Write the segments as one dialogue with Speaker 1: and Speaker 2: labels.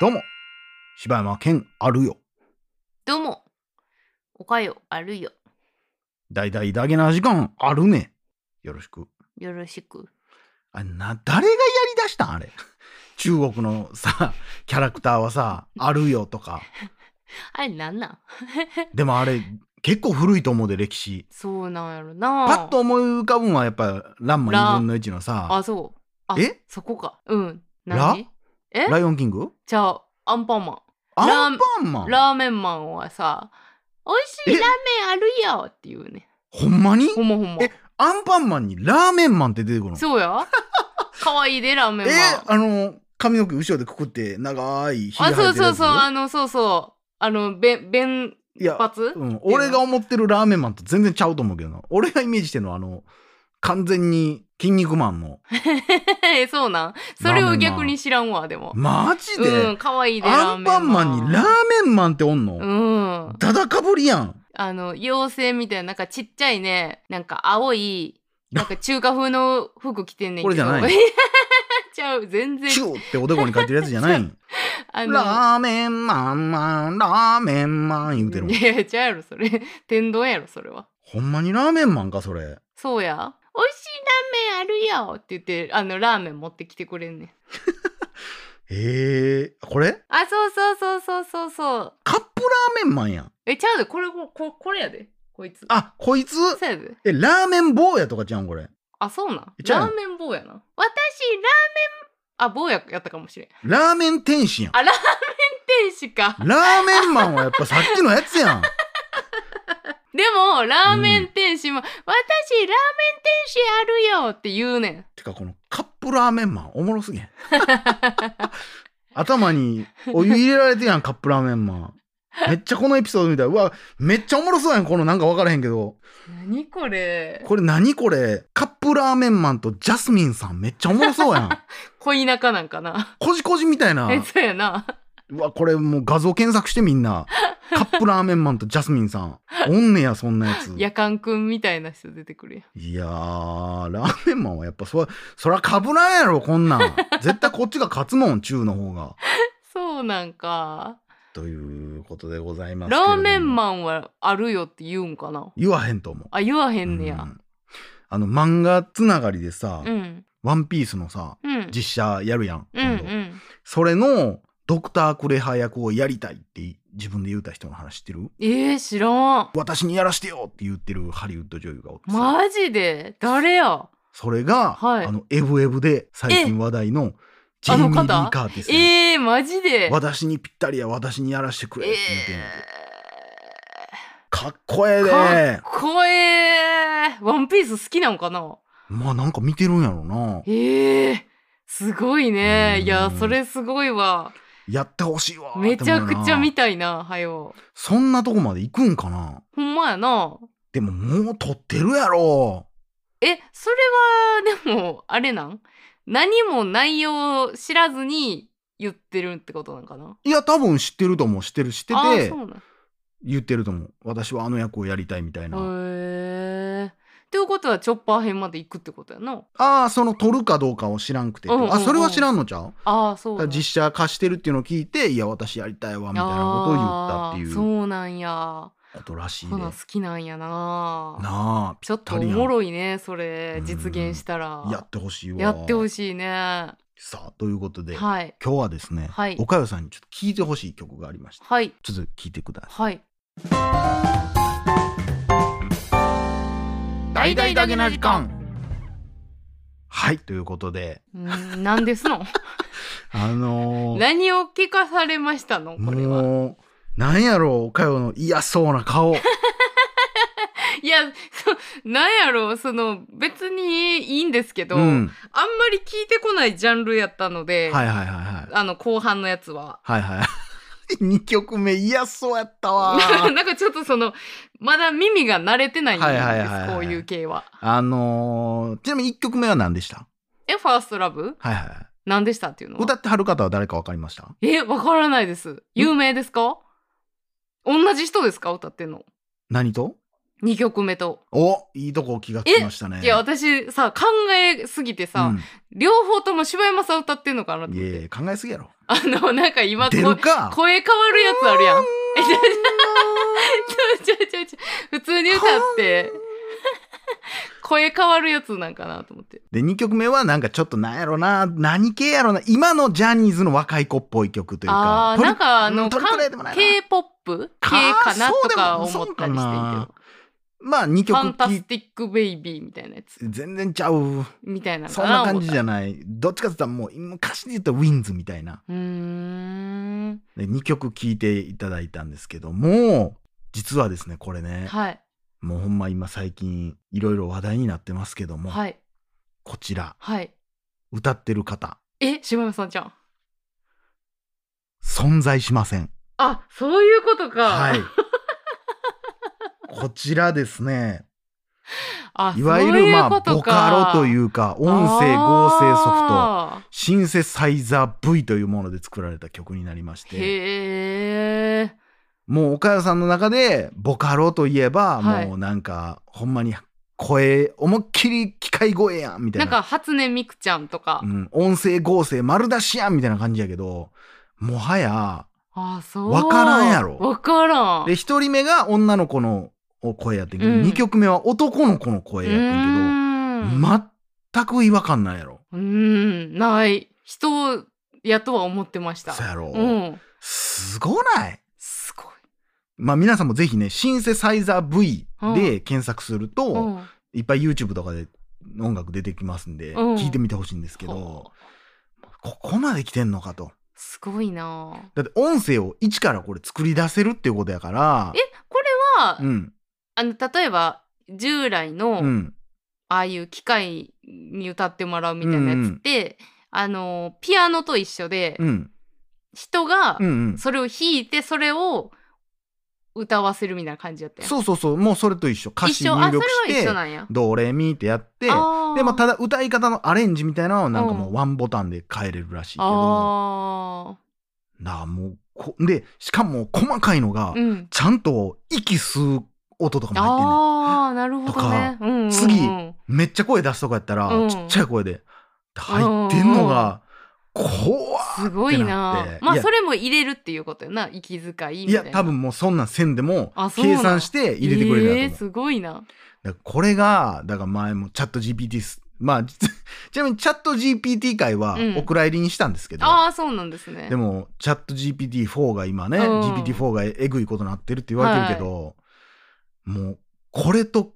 Speaker 1: どうも、柴山健あるよ。
Speaker 2: どうも。おかよ、あるよ。
Speaker 1: だいだいだげな時間あるね。よろしく。
Speaker 2: よろしく。
Speaker 1: あな、誰がやりだしたんあれ。 中国のさ、キャラクターはさ、あるよとか。
Speaker 2: あれ、なんなん
Speaker 1: でもあれ、結構古いと思うで、歴史。
Speaker 2: そうなんやろな。
Speaker 1: パッと。思い浮かぶんはやっぱ、ランマ2分の1のさ
Speaker 2: あ、、そう。あ
Speaker 1: え
Speaker 2: そこか。うん。
Speaker 1: ラ
Speaker 2: 何え
Speaker 1: ライオンキング
Speaker 2: じゃあ、アンパンマラ
Speaker 1: アンパンマ
Speaker 2: ン。
Speaker 1: ン
Speaker 2: ラーメンマンはさ、美味し
Speaker 1: え
Speaker 2: いラーメンあるよっていうね。
Speaker 1: ほんまに
Speaker 2: ほんまほんま
Speaker 1: え。アンパンマンにラーメンマンって出てくるの
Speaker 2: そ うや。かわいいで、ラーメン
Speaker 1: え
Speaker 2: マン。
Speaker 1: あの髪の毛後ろでくくって長いひげ生
Speaker 2: あ、
Speaker 1: えてる
Speaker 2: そ
Speaker 1: やつ
Speaker 2: うそうそう、あの、そうそう。あの、べん、べん、
Speaker 1: いや、
Speaker 2: 発
Speaker 1: うん、俺が思ってるラーメンマンと全然ちゃうと思うけどな俺がイメージしてるのはあの完全に「筋肉マン」の
Speaker 2: そうなんそれを逆に知らんわ、でも。
Speaker 1: マジで、
Speaker 2: うん、かわいいで、
Speaker 1: ア
Speaker 2: ラー
Speaker 1: ン
Speaker 2: メン
Speaker 1: パンマンにラーメンマンっておんの、
Speaker 2: うん。
Speaker 1: ダダかぶりやん
Speaker 2: あの、妖精みたいな、なんかちっちゃいね、なんか 青い、なんか中華風の服着てんねんけど。
Speaker 1: これじゃない
Speaker 2: ちゃう、全然。
Speaker 1: チューっておでこに書いてるやつじゃない ん
Speaker 2: あ
Speaker 1: ラーメンマンマンラーメンマン言うてるもん
Speaker 2: いや、ちゃうやろ、それ。 天丼やろ、それは。
Speaker 1: ほんまにラーメンマンかそれ
Speaker 2: そうや。美味しいラーメンあるよって言って、あの、ラーメン持ってきてくれんねん。
Speaker 1: えー、これ
Speaker 2: あ、そうそうそうそうそうそう。
Speaker 1: カップラーメンマンやん
Speaker 2: え、ちゃうで、これ、こここれやで、こいつ。
Speaker 1: あこいつ
Speaker 2: そうやで。
Speaker 1: えラーメン坊やとかちゃうんこれ
Speaker 2: あ、そうなん。
Speaker 1: えちゃう
Speaker 2: ラ
Speaker 1: やん
Speaker 2: ーメン棒やな。私、ラーメン、あ、棒ややったかもしれん。
Speaker 1: ラーメン天使やん。
Speaker 2: あ、ラーメン天使か。
Speaker 1: ラーメンマンはやっぱさっきのやつやん。
Speaker 2: でも、ラーメン天使も、私、ラーメン天使あるよって言うねん。
Speaker 1: てかこのカップラーメンマンおもろすぎへん。 頭にお湯入れられてやんカップラーメンマン。めっちゃこのエピソードみたい。うわ、めっちゃおもろそうやん。このなんか分からへんけど。
Speaker 2: 何これ
Speaker 1: これ何これカップラーメンマンとジャスミンさんめっちゃおもろそうやん。
Speaker 2: 恋仲なんかな。
Speaker 1: こじこじみたいな。
Speaker 2: え、そうやな。
Speaker 1: うわ、これもう画像検索してみんな。カップラーメンマンとジャスミンさん。おんねや、そんなやつ。
Speaker 2: 夜間くんみたいな人出てくるやん。
Speaker 1: いやー、ラーメンマンはやっぱそ、そらかぶらんやろ、こんなん。絶対こっちが勝つもん、中の方が。
Speaker 2: そうなんか。
Speaker 1: ということでございますけれ
Speaker 2: ラ
Speaker 1: ども。
Speaker 2: ーメン
Speaker 1: ン。
Speaker 2: マンはあるよって言うんかな。
Speaker 1: 言わへんと思う。
Speaker 2: あ、言わへんねや
Speaker 1: う。んあの、漫画つながりでさ、
Speaker 2: うん。
Speaker 1: ワンピースのさ、
Speaker 2: うん。
Speaker 1: 実写やるやん。
Speaker 2: うんう
Speaker 1: 今度
Speaker 2: ん。
Speaker 1: それの、ドクター・クレハ役をやりたいって自分で言うた人の話知ってる
Speaker 2: えー、知らん。
Speaker 1: 私にやらしてよって言ってるハリウッド女優がおってさ、
Speaker 2: マジで誰や
Speaker 1: それが、
Speaker 2: はい
Speaker 1: あの、エブエブで最近話題のジェイミー・リ
Speaker 2: あの方
Speaker 1: ー・カーティス。
Speaker 2: えー、マジで
Speaker 1: 私にぴったりや私にやらしてく
Speaker 2: え
Speaker 1: れって言ってんの
Speaker 2: ー
Speaker 1: かっこええ
Speaker 2: かっ
Speaker 1: で
Speaker 2: こええワンピース好きなんかな
Speaker 1: まあなんか見てるんやろな
Speaker 2: ええすごいね。
Speaker 1: うん
Speaker 2: いや、それすごいわ。
Speaker 1: やってほしいわ
Speaker 2: めちゃくちゃ見
Speaker 1: て
Speaker 2: たいな、はよ。
Speaker 1: そんなとこまで行くんかな
Speaker 2: ほんまやな。
Speaker 1: でももう撮ってるやろ
Speaker 2: え、それは、でも、あれなん何も内容を知らずに言ってるってことなんかな。
Speaker 1: いや多分知ってると思う知ってる知って
Speaker 2: ああ、
Speaker 1: て
Speaker 2: そうなん。へ
Speaker 1: 言ってると思う私はあの役をやりたいみたいな、
Speaker 2: えということは、チョッパー編まで行くってことやな。
Speaker 1: ああその撮るかどうかを知らんくて、
Speaker 2: うんうんうん
Speaker 1: あそれは知らんのちゃう
Speaker 2: ああ、そう
Speaker 1: だか
Speaker 2: な
Speaker 1: ら
Speaker 2: ん。
Speaker 1: 実写化してるっていうのを聞いていや私やりたいわみたいなことを言ったってい
Speaker 2: あー
Speaker 1: う
Speaker 2: そうなんや。
Speaker 1: ことらしいで
Speaker 2: ほな、
Speaker 1: な
Speaker 2: 好きなんやな。
Speaker 1: あ
Speaker 2: ちょっと
Speaker 1: ぴ
Speaker 2: お
Speaker 1: たりやん
Speaker 2: もろいねそれ
Speaker 1: うん
Speaker 2: 実現したら
Speaker 1: やってほしいわ
Speaker 2: やってほしいねは
Speaker 1: さあということで、
Speaker 2: いはい
Speaker 1: 今日はですね、
Speaker 2: はい
Speaker 1: おかよさんにちょっと聴いてほしい曲がありました
Speaker 2: はい、
Speaker 1: ちょっと聴いてください
Speaker 2: 大々だけな時間
Speaker 1: はいということで
Speaker 2: うん何です の
Speaker 1: あのー、
Speaker 2: 何を聞かされましたのこれは
Speaker 1: もうなんやろうおかよの嫌そうな顔
Speaker 2: いやそなんやろうその別にいいんですけ ど、
Speaker 1: う
Speaker 2: あん
Speaker 1: ん
Speaker 2: まり聞いてこないジャンルやったので、
Speaker 1: はいはいはいはい
Speaker 2: あの後半のやつは。
Speaker 1: はいはい 二曲目嫌そうやった わ
Speaker 2: なんかちょっとそのまだ耳が慣れてないんです、
Speaker 1: はいはいはいはい
Speaker 2: こういう系は。
Speaker 1: あのー、ちなみに一曲目は何でした
Speaker 2: えファーストラブ
Speaker 1: はいはいはい
Speaker 2: 何でしたっていうのは
Speaker 1: 歌ってはる方は誰かわかりました
Speaker 2: え、わからないです。有名ですか同じ人ですか歌ってんの。
Speaker 1: 何と
Speaker 2: 2曲目と。
Speaker 1: おいいとこ気がつきましたね
Speaker 2: いや、私さ、考えすぎてさ、
Speaker 1: うん
Speaker 2: 両方とも柴山さん歌ってんのかなと
Speaker 1: い
Speaker 2: 思っ
Speaker 1: やい
Speaker 2: て。
Speaker 1: や考えすぎやろ
Speaker 2: あのなんか今こ
Speaker 1: 出るか
Speaker 2: 声変わるやつあるやんえちょちょちょちょちょ普通に歌って声変わるやつなんかなと思って
Speaker 1: で2曲目はなんかちょっとなんやろな何系やろな今のジャニーズの若い子っぽい曲というか
Speaker 2: あーなんかあの
Speaker 1: トリトリトレでもないな
Speaker 2: k p o p 系かなとか思ったりして
Speaker 1: そうでもそ
Speaker 2: んけど
Speaker 1: うかな
Speaker 2: 「
Speaker 1: まあ2
Speaker 2: フ
Speaker 1: 曲
Speaker 2: ァンタ
Speaker 1: 聴い
Speaker 2: スティック・ベイビー」みたいなやつ
Speaker 1: 全然ちゃう
Speaker 2: みたいなの
Speaker 1: そ
Speaker 2: か
Speaker 1: んな
Speaker 2: 思
Speaker 1: 感
Speaker 2: った
Speaker 1: じじゃないどっちかって言ったらもう昔で言ったらウィンズみたいな
Speaker 2: うーん
Speaker 1: で2曲聴いていただいたんですけども実はですねこれね、
Speaker 2: はい
Speaker 1: もうほんま今最近いろいろ話題になってますけども、
Speaker 2: はい
Speaker 1: こちら
Speaker 2: はい
Speaker 1: 歌ってる方
Speaker 2: え下山さんじゃん
Speaker 1: 存在しません
Speaker 2: あそういうことか、
Speaker 1: はい、こちらですね
Speaker 2: あ
Speaker 1: いわゆるまあボカロといううか音声合成ソフト
Speaker 2: フト
Speaker 1: シンセサイザー V というもので作られた曲になりまして
Speaker 2: へえ
Speaker 1: もう岡谷さんの中でボカロといえば
Speaker 2: はい
Speaker 1: もうなんかほんまに声思いっきり機械声やんみたい
Speaker 2: な
Speaker 1: なん
Speaker 2: か初音ミクちゃんとか、
Speaker 1: うん、音声合成丸出しやんみたいな感じやけどもはや
Speaker 2: あそう
Speaker 1: わからんやろ
Speaker 2: わからん
Speaker 1: で1人目が女の子の声やってんけど、
Speaker 2: うん
Speaker 1: 2曲目は男の子の声やって
Speaker 2: うー
Speaker 1: んけど
Speaker 2: ん
Speaker 1: 全く違和感ないやろ。
Speaker 2: うーんない人やとは思ってました
Speaker 1: そうやろ、
Speaker 2: うん
Speaker 1: すごない
Speaker 2: すごい
Speaker 1: まあ皆さんもぜひねシンセサイザー V で検索すると、
Speaker 2: うん
Speaker 1: いっぱい YouTube とかで音楽出てきますんで、
Speaker 2: うん
Speaker 1: 聞いてみてほしいんですけど
Speaker 2: ほ
Speaker 1: ここまで来てんのかと。
Speaker 2: すごいな
Speaker 1: だって音声を一からこれ作り出せるっていうことやから
Speaker 2: えこれは、
Speaker 1: うん
Speaker 2: あの例えば従来の、
Speaker 1: うん
Speaker 2: ああいう機械に歌ってもらうみたいなやつって、あのピアノと一緒で、
Speaker 1: うん
Speaker 2: 人が
Speaker 1: うんうん
Speaker 2: それを弾いてそれを歌わせるみたいな感じだったやん
Speaker 1: そうそうそうもうそれと一緒歌詞
Speaker 2: 一緒あ
Speaker 1: 入
Speaker 2: それ
Speaker 1: 力
Speaker 2: は
Speaker 1: して
Speaker 2: 一緒なんや
Speaker 1: ドレミってやって
Speaker 2: あー
Speaker 1: で、まあ、ただ歌い方のアレンジみたいなのはなんかもうワンボタンで変えれるらしいけど
Speaker 2: あ
Speaker 1: なあもうこでしかも細かいのが
Speaker 2: ーうん
Speaker 1: ちゃんと息吸う音とかも入ってんねん
Speaker 2: あーなるほどねうんうんうん
Speaker 1: 次めっちゃ声出すとこやったら、
Speaker 2: うん
Speaker 1: ちっちゃい声で入ってんのが怖っ
Speaker 2: すごい
Speaker 1: って
Speaker 2: な
Speaker 1: なって
Speaker 2: ま
Speaker 1: い
Speaker 2: あ
Speaker 1: や
Speaker 2: それも入れるっていうことよな息遣いみ
Speaker 1: い
Speaker 2: たい
Speaker 1: や
Speaker 2: ない
Speaker 1: 多分もうそんなんせんでも
Speaker 2: あそうなん
Speaker 1: 計算して入れてくれるやと
Speaker 2: え
Speaker 1: 思う
Speaker 2: ー、すごいな
Speaker 1: だからこれがだから前もチャット GPT すまあ実ちなみにチャット GPT 会は
Speaker 2: うん
Speaker 1: お蔵入りにしたんですけど、
Speaker 2: ああそうなんですね
Speaker 1: でもチャット GPT4 が今ね、
Speaker 2: うん
Speaker 1: GPT4 がえぐいことなってるって言われてるけど、もうこれと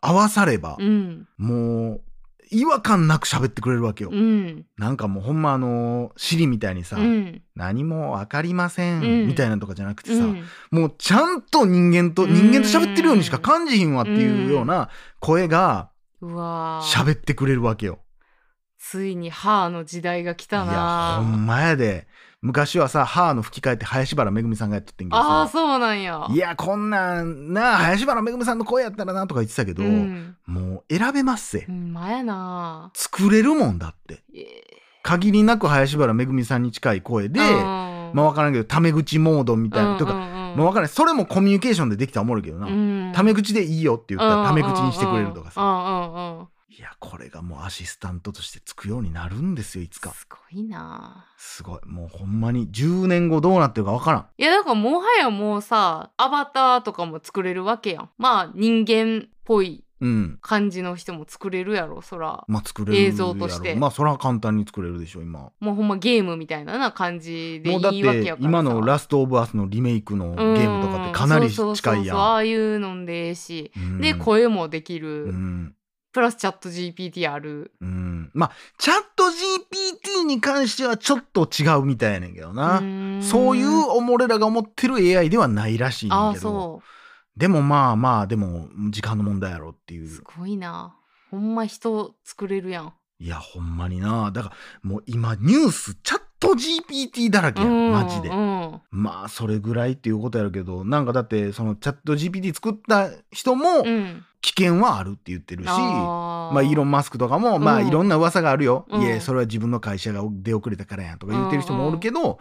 Speaker 1: 合わされば、
Speaker 2: うん
Speaker 1: もう違和感なく喋ってくれるわけよ、
Speaker 2: うん
Speaker 1: なんかもうほんまあのシリみたいにさ、
Speaker 2: うん
Speaker 1: 何もわかりません、
Speaker 2: うん
Speaker 1: みたいなのとかじゃなくて
Speaker 2: う
Speaker 1: さ、
Speaker 2: ん
Speaker 1: もうちゃんと人間と
Speaker 2: うん
Speaker 1: 人間と喋ってるようにしか感じひんわっていうような声が
Speaker 2: うわー
Speaker 1: 喋ってくれるわけよ。
Speaker 2: ついに歯の時代が来
Speaker 1: い
Speaker 2: た
Speaker 1: や
Speaker 2: な
Speaker 1: ほんまやで昔はさ歯の吹き替えって林原めぐみさんがやっとってんけど
Speaker 2: ああ
Speaker 1: さ
Speaker 2: そうなんや
Speaker 1: いやこんなんなあ林原めぐみさんの声やったらなとか言ってたけど、
Speaker 2: うん、
Speaker 1: もう選べますせ、
Speaker 2: うんまやな
Speaker 1: 作れるもんだって
Speaker 2: えー
Speaker 1: 限りなく林原めぐみさんに近い声で、
Speaker 2: うん
Speaker 1: まあ分からんけどタメ口モードみたいな、と
Speaker 2: う
Speaker 1: か、
Speaker 2: んうんうん
Speaker 1: まあ分からんそれもコミュニケーションでできたらおもろいけどな、
Speaker 2: うん
Speaker 1: タメ口でいいよって言ったらタメ口にしてくれるとかさ、
Speaker 2: うんうんうんうん
Speaker 1: いやこれがもうアシスタントとしてつくようになるんですよいつか
Speaker 2: すごいな
Speaker 1: すごいもうほんまに10年後どうなってるかわからん
Speaker 2: いやだからもはやもうさアバターとかも作れるわけやんまあ人間っぽい
Speaker 1: うん
Speaker 2: 感じの人も作れるやろそら
Speaker 1: まあ作れるやろ
Speaker 2: 映像として
Speaker 1: まあそれは簡単に作れるでしょ今
Speaker 2: もうほんまゲームみたいなな感じでい
Speaker 1: もうだっ
Speaker 2: いわけや
Speaker 1: て
Speaker 2: からさ
Speaker 1: 今の「ラスト・オブ・アス」のリメイクのゲームとかってかなり
Speaker 2: うんそうそ
Speaker 1: 近
Speaker 2: うそう
Speaker 1: い
Speaker 2: そ
Speaker 1: や
Speaker 2: うあ
Speaker 1: ん
Speaker 2: あいうのんでええし、
Speaker 1: うん
Speaker 2: で声もできる、
Speaker 1: うん
Speaker 2: プラスチャット GPT ある
Speaker 1: うんまあチャット GPT に関してはちょっと違うみたいやねんけどな、
Speaker 2: ーん
Speaker 1: そういう俺らが思ってる AI ではないらしいねん
Speaker 2: あ
Speaker 1: だ
Speaker 2: あ
Speaker 1: けど
Speaker 2: そ
Speaker 1: でもまあまあでも時間の問題やろっていうう
Speaker 2: すごいなほんま人作れるやん
Speaker 1: いやほんまになだからもう今ニュースチャット GPT だらけや
Speaker 2: うん
Speaker 1: んマジで
Speaker 2: うん
Speaker 1: まあそれぐらいっていうことやるけどなんかだってそのチャット GPT 作った人も
Speaker 2: うん、
Speaker 1: 危険はあるって言ってるし、
Speaker 2: あ
Speaker 1: まあイーロ
Speaker 2: ン
Speaker 1: ン・マスクとかも、まあ
Speaker 2: うん
Speaker 1: いろんな噂があるよ、
Speaker 2: うん
Speaker 1: いやそれは自分の会社が出遅れたからやんとか言ってる人もおるけど、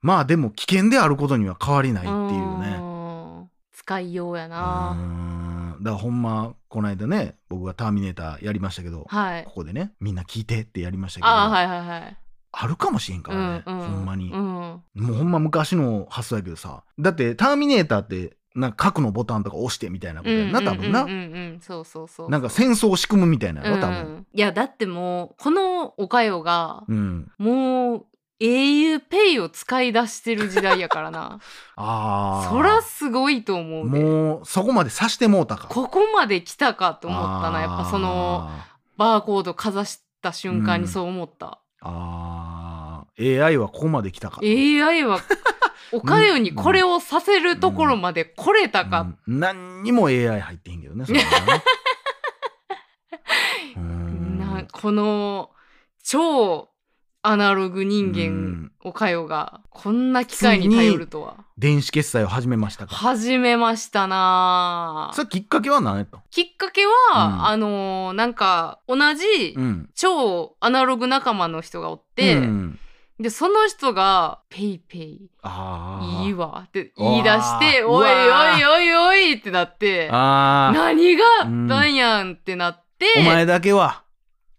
Speaker 1: まあでも危険であることには変わりないっていうね。
Speaker 2: ね使いようや
Speaker 1: う
Speaker 2: な
Speaker 1: ーんだからほんまこの間ね僕が「ターミネーター」やりましたけど、
Speaker 2: はい
Speaker 1: ここでねみんな聞いてってやりましたけど
Speaker 2: ああはいはいはい
Speaker 1: あるかもしれんからね、
Speaker 2: うんうん
Speaker 1: ほんまに
Speaker 2: う、ん
Speaker 1: もうほんま昔の発想やけどさだってターミネーターってなんか核のボタンとか押してみたいなことやんな多分な、
Speaker 2: うんうんうんうんそうそうそう
Speaker 1: なんか戦争を仕組むみたいな
Speaker 2: う
Speaker 1: の
Speaker 2: ん
Speaker 1: 多分
Speaker 2: いやだってもうこのおかよが
Speaker 1: うん、
Speaker 2: もう au ペイを使い出してる時代やからな
Speaker 1: ああ
Speaker 2: そらすごいと思うで
Speaker 1: もうそこまでさしてもうたか
Speaker 2: ここまで来たかと思ったなやっぱその
Speaker 1: あ
Speaker 2: バーコードかざした瞬間
Speaker 1: うん
Speaker 2: にそう思った、
Speaker 1: ーあー AI はここまで来たか
Speaker 2: AI はおかよにこれをさせるところまで来れたか、
Speaker 1: うん何にも AI 入ってへんけどねそれは ねうーん
Speaker 2: なこの超アナログ人間、
Speaker 1: うん
Speaker 2: おかよがこんな機会に頼るとは
Speaker 1: 電子決済を始めましたか
Speaker 2: 始めましたな
Speaker 1: そ
Speaker 2: ぁ
Speaker 1: れきっかけは何やった
Speaker 2: きっかけは、
Speaker 1: うん
Speaker 2: あのーなんか同じ
Speaker 1: うん
Speaker 2: 超アナログ仲間の人がおって、
Speaker 1: うん
Speaker 2: でその人が「ペイペイ
Speaker 1: あ
Speaker 2: いい
Speaker 1: ー
Speaker 2: わ」って言い出して「
Speaker 1: うわ
Speaker 2: おい
Speaker 1: ー
Speaker 2: おいおいおい」ってなって
Speaker 1: あー
Speaker 2: 何があったんやんってなって、
Speaker 1: お前だけは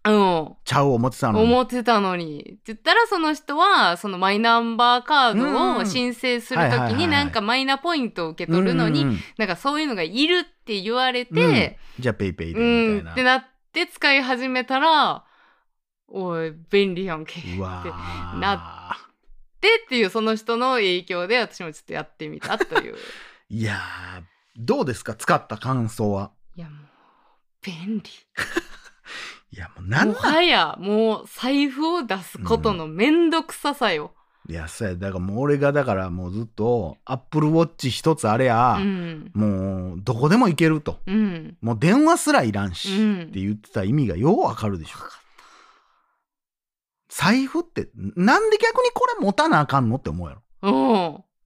Speaker 2: うん、
Speaker 1: ちゃう思ってたのに
Speaker 2: 思ってたのにって言ったらその人はそのマイナンバーカード
Speaker 1: う
Speaker 2: を
Speaker 1: ん
Speaker 2: 申請する
Speaker 1: はいはいはい
Speaker 2: 時
Speaker 1: はい
Speaker 2: になんかマイナポイントを受け取るの
Speaker 1: う
Speaker 2: に
Speaker 1: んうん
Speaker 2: なんかそういうのがいるって言われ
Speaker 1: うん
Speaker 2: て
Speaker 1: じゃあペイペイで
Speaker 2: う
Speaker 1: み
Speaker 2: ん
Speaker 1: た
Speaker 2: っ
Speaker 1: い
Speaker 2: て
Speaker 1: な、
Speaker 2: なって使い始めたらおい便利やんけっ
Speaker 1: うわ
Speaker 2: て
Speaker 1: ー
Speaker 2: なでっていうその人の影響で私もちょっとやってみたという
Speaker 1: いやーどうですか使った感想はい
Speaker 2: やもう便利
Speaker 1: いやもうなん
Speaker 2: も
Speaker 1: なん
Speaker 2: はやもう財布を出すことの面倒くささよ、
Speaker 1: いやそうやだからもう俺がだからもうずっとアップルウォッチ一つあれ
Speaker 2: う
Speaker 1: や、
Speaker 2: ん
Speaker 1: もうどこでも行けると
Speaker 2: うん
Speaker 1: もう電話すらいらんし、
Speaker 2: うん
Speaker 1: って言ってた意味がようわかるでしょ
Speaker 2: わかっ
Speaker 1: 財布ってなんで逆にこれ持たなあかんのって思うやろ
Speaker 2: うん、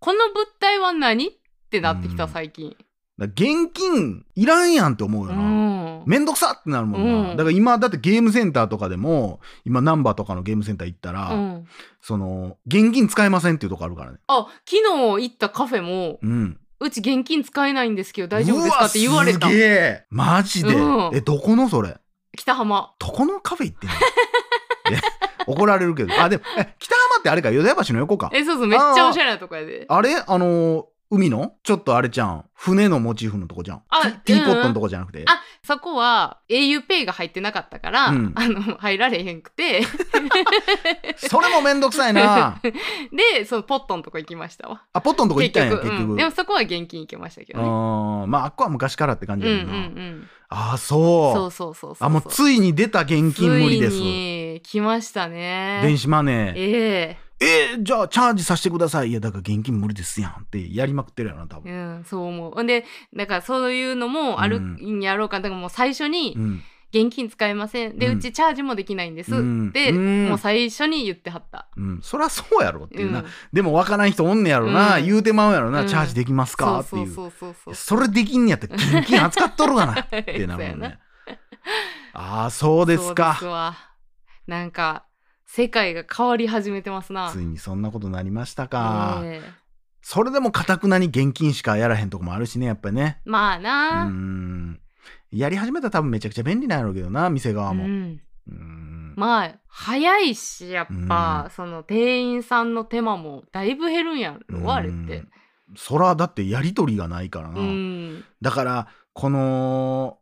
Speaker 2: この物体は何ってなってきた
Speaker 1: うん
Speaker 2: 最近。
Speaker 1: だから現金いらんやんって思う
Speaker 2: う
Speaker 1: よな、
Speaker 2: ん、
Speaker 1: めんどくさってなるもんな、
Speaker 2: うん
Speaker 1: だから今だってゲームセンターとかでも今ナンバーとかのゲームセンター行った
Speaker 2: あ
Speaker 1: ら、
Speaker 2: うん、
Speaker 1: その現金使えませんっていうとこあるからね
Speaker 2: あ昨日行ったカフェも
Speaker 1: うん
Speaker 2: うち現金使えないんですけど大丈夫ですかって言われた
Speaker 1: うすげえマジで、
Speaker 2: うん
Speaker 1: えどこのそれ
Speaker 2: 北浜
Speaker 1: どこのカフェ行ってんの え怒られるけどあでもえ北浜ってあれか淀屋橋の横か
Speaker 2: えそうそうめっちゃおしゃれなとこやで
Speaker 1: あれあのー海のちょっとあれじゃん船のモチーフのとこじゃん
Speaker 2: あ
Speaker 1: ティティーポットのとこじゃなくて、
Speaker 2: あそこは auPay が入ってなかったから、
Speaker 1: うん
Speaker 2: あの入られへんくて
Speaker 1: それもめんどくさいな
Speaker 2: でそのポットのとこ行きましたわ
Speaker 1: あポットのとこ行ったんや結
Speaker 2: 結
Speaker 1: 局
Speaker 2: 局うんでもそこは現金行けましたけどね
Speaker 1: あーまああっこは昔からって感
Speaker 2: うん
Speaker 1: じ
Speaker 2: うん
Speaker 1: や
Speaker 2: う
Speaker 1: もんな、
Speaker 2: ん
Speaker 1: ああそう
Speaker 2: そうそうそうそうそ
Speaker 1: あ
Speaker 2: う
Speaker 1: もうついに出た現金無理です
Speaker 2: ついに来ましたね
Speaker 1: 電子マネー
Speaker 2: え
Speaker 1: えーじゃあチャージさせてくださいいやだから現金無理ですやんってやりまくってるやろな多
Speaker 2: え
Speaker 1: 分、
Speaker 2: うん、そう思う。ほんで、だからそういうのもあるんやろうか、だからもう最初に
Speaker 1: うん
Speaker 2: 現金使えません。で、
Speaker 1: うん
Speaker 2: うちチャージもできないんです。
Speaker 1: うん
Speaker 2: って、
Speaker 1: うん
Speaker 2: もう最初に言ってはった。
Speaker 1: うん、そりゃそうやろっていうな、
Speaker 2: うん
Speaker 1: でも分からん人おんねやろな、
Speaker 2: うん
Speaker 1: 言うてまうやろな、
Speaker 2: うん
Speaker 1: チャージできます
Speaker 2: そ
Speaker 1: か
Speaker 2: う
Speaker 1: って
Speaker 2: そ
Speaker 1: いうう
Speaker 2: そうそうそう。
Speaker 1: それできんねやったら現金扱っとるが なってなるも
Speaker 2: そ
Speaker 1: ん
Speaker 2: う
Speaker 1: ね
Speaker 2: やな
Speaker 1: ああそうです
Speaker 2: そう
Speaker 1: か
Speaker 2: ですわなんか、世界が変わり始めてますな。
Speaker 1: ついにそんなことになりましたか、
Speaker 2: ええ
Speaker 1: それでもかたくなに現金しかやらへんとこもあるしねやっぱりね
Speaker 2: まあ
Speaker 1: う
Speaker 2: な。
Speaker 1: んやり始めたら多分めちゃくちゃ便利なんやろうけどな店側も、
Speaker 2: うん
Speaker 1: うん
Speaker 2: まあ早いしやっぱ、
Speaker 1: う
Speaker 2: その店員さんの手間もだいぶ減るんやろ、あれって
Speaker 1: うん。そらだってやり取りがないからな、
Speaker 2: うん
Speaker 1: だからこの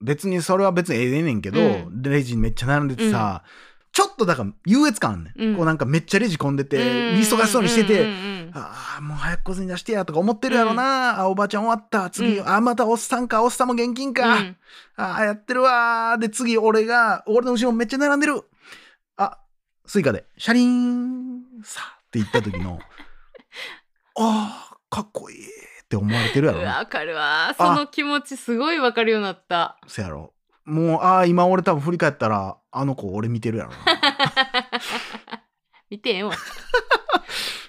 Speaker 1: 別にそれは別にええねんけど、
Speaker 2: うん
Speaker 1: レジにめっちゃ並んでてさ、ちょっとだから優越感あんねん、
Speaker 2: うん
Speaker 1: こうなんかめっちゃレジ混んでて、
Speaker 2: うん
Speaker 1: 忙しそうにしてて、
Speaker 2: うんうん
Speaker 1: ああもう早く小銭出してやとか思ってるやろな、あおばちゃん終わった次、
Speaker 2: うん
Speaker 1: あまたおっさんかおっさんも現金
Speaker 2: うん
Speaker 1: か、
Speaker 2: うん
Speaker 1: ああやってるわーで次俺が俺の後ろめっちゃ並んでるあスイカでシャリーンさあって言った時 のあーかっこいいって思われてるやろ
Speaker 2: う
Speaker 1: な
Speaker 2: わわかるわその気持ちすごいわかるようになった
Speaker 1: そやろもうああ今俺多分振り返ったらあの子俺見て るやろな
Speaker 2: 見てええ わ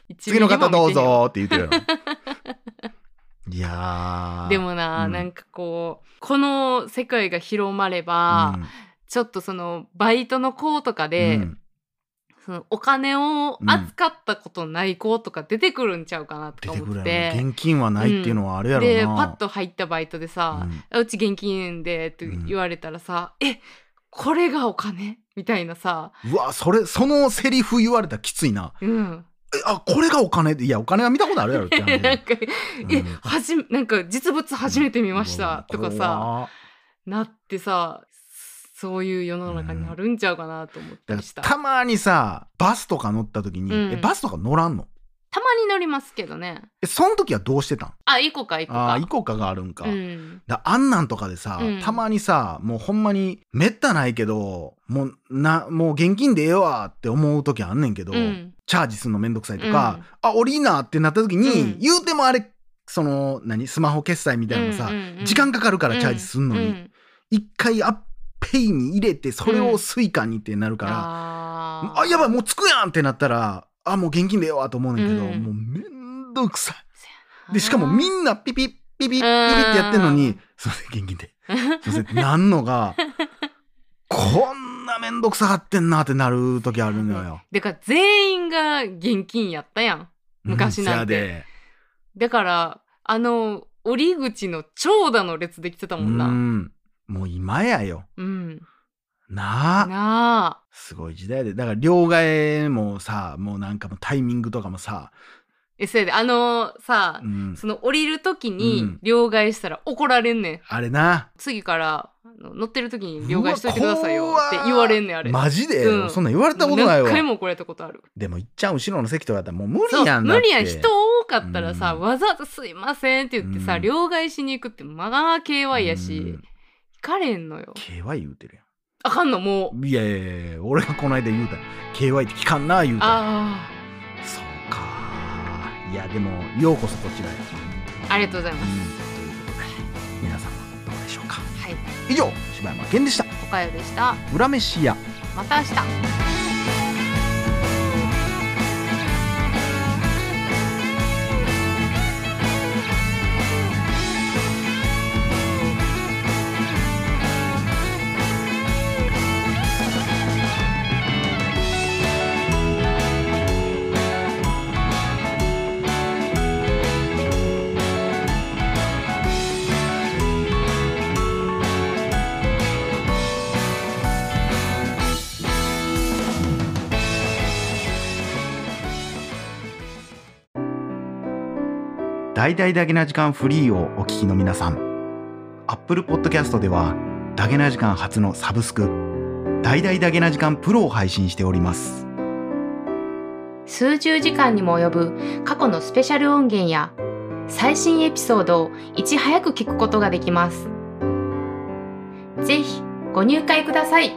Speaker 2: 一ミ
Speaker 1: 次
Speaker 2: リ
Speaker 1: の
Speaker 2: も
Speaker 1: 方どう
Speaker 2: 見てへん
Speaker 1: ぞ
Speaker 2: わ
Speaker 1: ーって言ってるや ろいやー
Speaker 2: でもな、
Speaker 1: うん
Speaker 2: なんかこうこの世界が広まれば、
Speaker 1: あ
Speaker 2: ちょっとそのバイトの子とかで、そのお金を扱ったことない子とか出てくるんちゃうかなと
Speaker 1: 出
Speaker 2: か
Speaker 1: てく
Speaker 2: 思
Speaker 1: る
Speaker 2: っ
Speaker 1: や
Speaker 2: て
Speaker 1: ろ現金はないっていうのはあれやろな、
Speaker 2: でパッと入ったバイトでさ
Speaker 1: うん
Speaker 2: 「うち現金で」って言われたらさ「えこれがお金?」みたいなさ、
Speaker 1: うわそれそのセリフ言われたらきついな
Speaker 2: うん、
Speaker 1: えあこれがお金でいやお金は見たことあるやろって
Speaker 2: なんか、え
Speaker 1: うん
Speaker 2: はじめなんか実物初めて見ましたとかさ、
Speaker 1: さ
Speaker 2: なってさそういう世の中になるんちゃうかなと思った
Speaker 1: だ
Speaker 2: り
Speaker 1: か
Speaker 2: した、
Speaker 1: ら
Speaker 2: た
Speaker 1: たまにさバスとか乗った時に、
Speaker 2: うん
Speaker 1: えバスとか乗らんの
Speaker 2: まに乗りますけどね
Speaker 1: えその時はどうしてたん
Speaker 2: あ行こうか行こうか
Speaker 1: あーイコカがあるんか、
Speaker 2: うん
Speaker 1: だあんなんとかでさ、
Speaker 2: うん
Speaker 1: たまにさもうほんまにめったないけどもうなもう現金でええわって思う時あんねんけど、
Speaker 2: うん
Speaker 1: チャージするのめんどくさいとか、あ降りいなってなった時に、
Speaker 2: うん
Speaker 1: 言うてもあれその何スマホ決済みたいなのさ、
Speaker 2: うんうんうん
Speaker 1: 時間かかるからチャージすんの
Speaker 2: う
Speaker 1: に
Speaker 2: ん
Speaker 1: 一、回アッペイに入れてそれをスイカにってなるから、
Speaker 2: あー
Speaker 1: あやばいもう着くやんってなったらあもう現金でええわと思うねんけど、
Speaker 2: うん
Speaker 1: もうめんどくさい。
Speaker 2: せやな
Speaker 1: でしかもみんなピピッピピッピピってやってんの
Speaker 2: う
Speaker 1: に
Speaker 2: ん
Speaker 1: 「すいません現金で」すいませんってなんのがこんなめんどくさがってんなってなる時あるのよ。
Speaker 2: だから全員が現金やったやん昔なんて
Speaker 1: うんせやで
Speaker 2: だからあの折り口の長蛇の列できてたもん
Speaker 1: う
Speaker 2: な。
Speaker 1: んもう今やよ。
Speaker 2: うん。
Speaker 1: なあ
Speaker 2: なあ。
Speaker 1: すごい時代でだから両替もさもうなんかもうタイミングとかもさ、
Speaker 2: え、それで、あのさ
Speaker 1: う、ん、
Speaker 2: その降りるとき
Speaker 1: う
Speaker 2: に
Speaker 1: ん
Speaker 2: 両替したら怒られんねん。
Speaker 1: あれな
Speaker 2: 次からあの乗ってるときに両替しといてくださいよって言われんねん、あれ。
Speaker 1: マジで、
Speaker 2: うん
Speaker 1: そんなん言われたことない
Speaker 2: 何
Speaker 1: わ
Speaker 2: 回も怒られたことある。
Speaker 1: でもいっちゃん後ろの席とかだったらもう無
Speaker 2: そう
Speaker 1: 理やんだっ
Speaker 2: 無
Speaker 1: て
Speaker 2: 理やん。人多かったらさ、
Speaker 1: うん
Speaker 2: わざわざすいませんって言ってさ、
Speaker 1: うん
Speaker 2: 両替しに行くってまあ KY やし、
Speaker 1: うん
Speaker 2: 行かれんのよ。
Speaker 1: KY 言うてるやん
Speaker 2: あかんの、もう。
Speaker 1: いやいやいや俺がこの間言うたよ KY って聞かんな言うたよ
Speaker 2: あ
Speaker 1: そうかいやでもようこそこちらへ、うん、
Speaker 2: あ、ありがとうございます。
Speaker 1: ということで皆様どうでしょうか
Speaker 2: はい、
Speaker 1: 以上柴山健でした
Speaker 2: おかよでした。
Speaker 1: 裏飯屋
Speaker 2: また明日。
Speaker 1: 大々だけな時間フリーをお聞きの皆さん Apple Podcast ではだけな時間初のサブスク大々だけな時間プロを配信しております
Speaker 2: 数十時間にも及ぶ過去のスペシャル音源や最新エピソードをいち早く聞くことができます。ぜひご入会ください。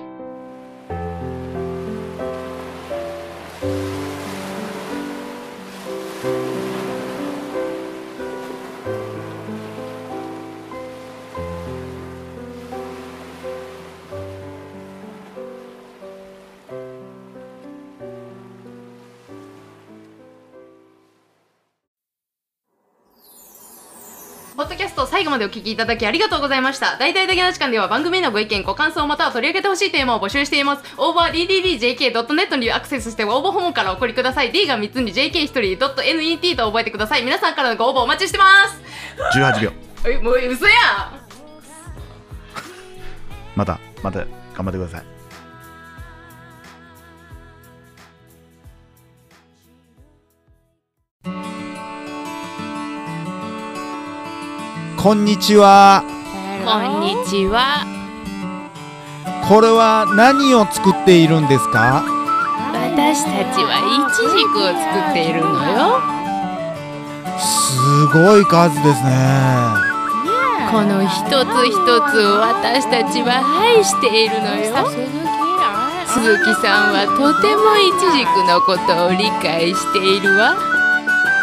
Speaker 2: ポッドキャストを最後までお聞きいただきありがとうございました。大々的な時間では番組へのご意見、ご感想または取り上げてほしいテーマを募集しています。応募は ddjk.net にアクセスして応募本文からお送りください。d が3つに jk1 人 .net と覚えてください。皆さんからのご応募お待ちしてます。
Speaker 1: 18秒
Speaker 2: え、もう嘘やん
Speaker 1: またまた頑張ってください
Speaker 3: こんにちは。
Speaker 2: こんにちは。
Speaker 3: これは何を作っているんですか
Speaker 2: 私たちはイチジクを作っているのよ
Speaker 3: すごい数ですね。
Speaker 2: この一つ一つを私たちは愛しているのよ鈴木さんはとてもイチジクのことを理解しているわ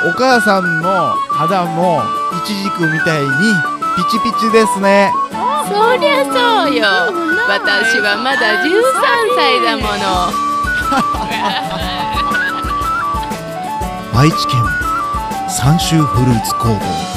Speaker 3: お母さんの肌もイチジクみたいにピチピチですね。
Speaker 2: そりゃそうよ私はまだ13歳だもの
Speaker 3: 愛知県三州フルーツ工房。